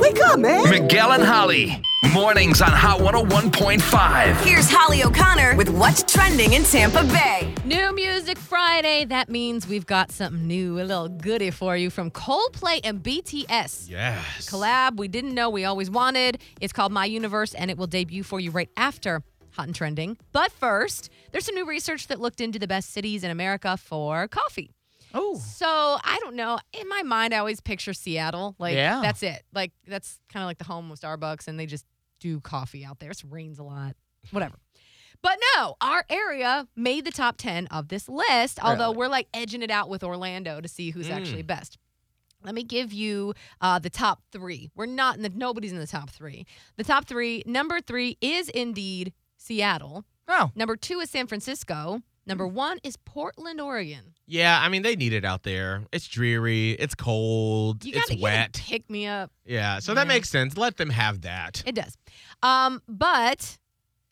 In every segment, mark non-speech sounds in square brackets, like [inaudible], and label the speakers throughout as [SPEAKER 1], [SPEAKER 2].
[SPEAKER 1] Wake up, man!
[SPEAKER 2] Miguel and Holly. Mornings on Hot 101.5.
[SPEAKER 3] Here's Holly O'Connor with what's trending in Tampa Bay.
[SPEAKER 4] New Music Friday. That means we've got something new, a little goodie for you from Coldplay and BTS.
[SPEAKER 5] Yes.
[SPEAKER 4] Collab we didn't know we always wanted. It's called My Universe, and it will debut for you right after Hot and Trending. But first, there's some new research that looked into the best cities in America for coffee.
[SPEAKER 5] Oh.
[SPEAKER 4] So I don't know. In my mind, I always picture Seattle. Like
[SPEAKER 5] Yeah.
[SPEAKER 4] that's it. Like that's kind of like the home of Starbucks, and they just do coffee out there. It rains a lot. Whatever. But no, our area made the top ten of this list. Although
[SPEAKER 5] Really? Mm.
[SPEAKER 4] we're like edging it out with Orlando to see who's actually best. Let me give you uh, the top three. We're not in the nobody's in the top three. The top three. Number three is indeed Seattle.
[SPEAKER 5] Oh. Mm.
[SPEAKER 4] Number two is San Francisco. Number one is Portland, Oregon.
[SPEAKER 5] Yeah, I mean they need it out there. It's dreary, it's cold,
[SPEAKER 4] You
[SPEAKER 5] it's
[SPEAKER 4] gotta, you gotta
[SPEAKER 5] wet.
[SPEAKER 4] pick me up.
[SPEAKER 5] yeah, so
[SPEAKER 4] Yeah.
[SPEAKER 5] that makes sense. Let them have that.
[SPEAKER 4] It does. Um, but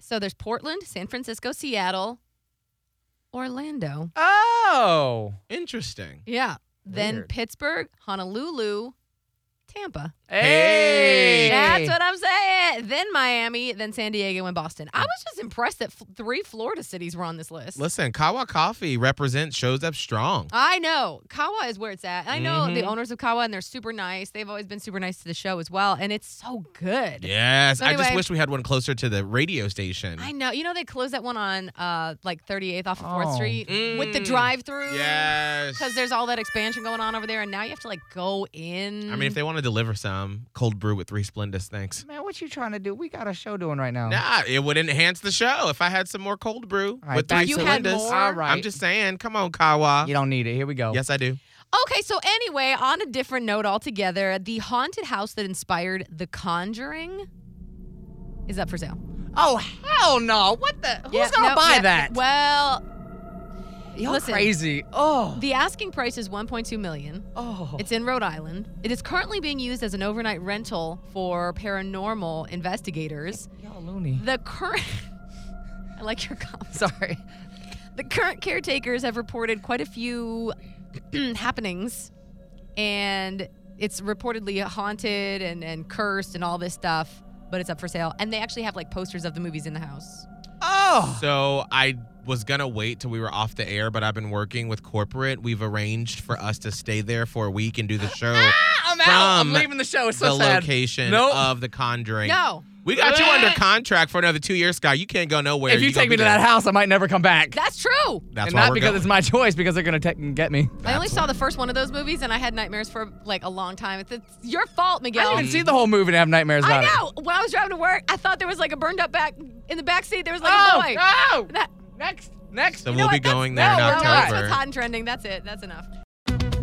[SPEAKER 4] so there's Portland, San Francisco, Seattle, Orlando.
[SPEAKER 6] Oh.
[SPEAKER 5] Interesting.
[SPEAKER 4] Yeah. Then
[SPEAKER 6] Weird.
[SPEAKER 4] Pittsburgh, Honolulu, Tampa.
[SPEAKER 5] Hey.
[SPEAKER 4] That's what I'm saying. Then Miami, then San Diego, and Boston. I was just impressed that f- three Florida cities were on this list.
[SPEAKER 5] Listen, Kawa Coffee represents shows up strong.
[SPEAKER 4] I know. Kawa is where it's at. I know the
[SPEAKER 5] Mhm.
[SPEAKER 4] owners of Kawa, and they're super nice. They've always been super nice to the show as well, and it's so good.
[SPEAKER 5] Yes,
[SPEAKER 4] So
[SPEAKER 5] I just
[SPEAKER 4] anyway-
[SPEAKER 5] wish we had one closer to the radio station.
[SPEAKER 4] I know. You know they closed that one on uh like 38th off of 4th
[SPEAKER 6] Oh.
[SPEAKER 4] Street with the
[SPEAKER 5] Mm.
[SPEAKER 4] drive-through.
[SPEAKER 5] Yes.
[SPEAKER 4] Because there's all that expansion going on over there, and now you have to like go in.
[SPEAKER 5] I mean, if they want to deliver some cold brew with Resplendus, thanks.
[SPEAKER 6] Man, what you trying to do? We got a show doing right now.
[SPEAKER 5] Nah, it would enhance the show if I had some more cold brew
[SPEAKER 6] All right,
[SPEAKER 5] with
[SPEAKER 6] back
[SPEAKER 5] three
[SPEAKER 4] You had
[SPEAKER 5] cylinders.
[SPEAKER 4] more?
[SPEAKER 6] All right.
[SPEAKER 5] I'm just saying, come on, Kawa.
[SPEAKER 6] You don't need it. Here we go.
[SPEAKER 5] Yes, I do.
[SPEAKER 4] Okay, so anyway, on a different note altogether, the haunted house that inspired The Conjuring is up for sale.
[SPEAKER 6] Oh hell no! What the? Who's
[SPEAKER 4] Yeah,
[SPEAKER 6] gonna
[SPEAKER 4] no,
[SPEAKER 6] buy
[SPEAKER 4] yeah,
[SPEAKER 6] that?
[SPEAKER 4] Well,
[SPEAKER 6] You're
[SPEAKER 4] listen.
[SPEAKER 6] crazy. Oh.
[SPEAKER 4] the asking price is 1.2 million.
[SPEAKER 6] oh.
[SPEAKER 4] It's in Rhode Island. It is currently being used as an overnight rental for paranormal investigators.
[SPEAKER 6] Y'all loony.
[SPEAKER 4] The current. [laughs] I like your [laughs] comments.
[SPEAKER 6] Sorry.
[SPEAKER 4] The current caretakers have reported quite a few [clears throat] happenings, and it's reportedly haunted and, and cursed and all this stuff, but it's up for sale. And they actually have like posters of the movies in the house.
[SPEAKER 6] Oh.
[SPEAKER 5] So I was gonna wait till we were off the air, but I've been working with corporate. We've arranged for us to stay there for a week and do the
[SPEAKER 6] [laughs]
[SPEAKER 5] show.
[SPEAKER 4] Ah,
[SPEAKER 6] I'm out. Ah, I'm
[SPEAKER 5] From
[SPEAKER 6] leaving the show. It's
[SPEAKER 5] the
[SPEAKER 6] so sad.
[SPEAKER 5] location
[SPEAKER 6] Nope.
[SPEAKER 5] of the Conjuring.
[SPEAKER 4] No,
[SPEAKER 5] we got you
[SPEAKER 6] [laughs]
[SPEAKER 5] under contract for another two years, Scott. You can't go nowhere.
[SPEAKER 6] If you,
[SPEAKER 5] You gonna
[SPEAKER 6] take me
[SPEAKER 5] be
[SPEAKER 6] to
[SPEAKER 5] there.
[SPEAKER 6] that house, I might never come back.
[SPEAKER 4] that's true.
[SPEAKER 5] that's
[SPEAKER 6] and
[SPEAKER 5] why
[SPEAKER 6] not
[SPEAKER 5] we're
[SPEAKER 6] because
[SPEAKER 5] going.
[SPEAKER 6] it's my choice, because they're gonna take and get me.
[SPEAKER 4] I only saw the first one of those movies, and I had nightmares for like a long time. It's, it's your fault, Miguel.
[SPEAKER 6] I didn't even see the whole movie and have nightmares
[SPEAKER 4] I
[SPEAKER 6] about it.
[SPEAKER 4] know. When I was driving to work, I thought there was like a burned up back in the back seat. There was like a boy.
[SPEAKER 6] Oh no!
[SPEAKER 4] That-
[SPEAKER 6] Next, next.
[SPEAKER 5] So
[SPEAKER 6] You
[SPEAKER 5] we'll
[SPEAKER 6] know
[SPEAKER 5] be
[SPEAKER 6] what? That's-
[SPEAKER 5] going there in
[SPEAKER 6] no, we're
[SPEAKER 4] no,
[SPEAKER 6] not.
[SPEAKER 4] that's
[SPEAKER 5] October.
[SPEAKER 4] what's hot and trending. That's it. That's enough.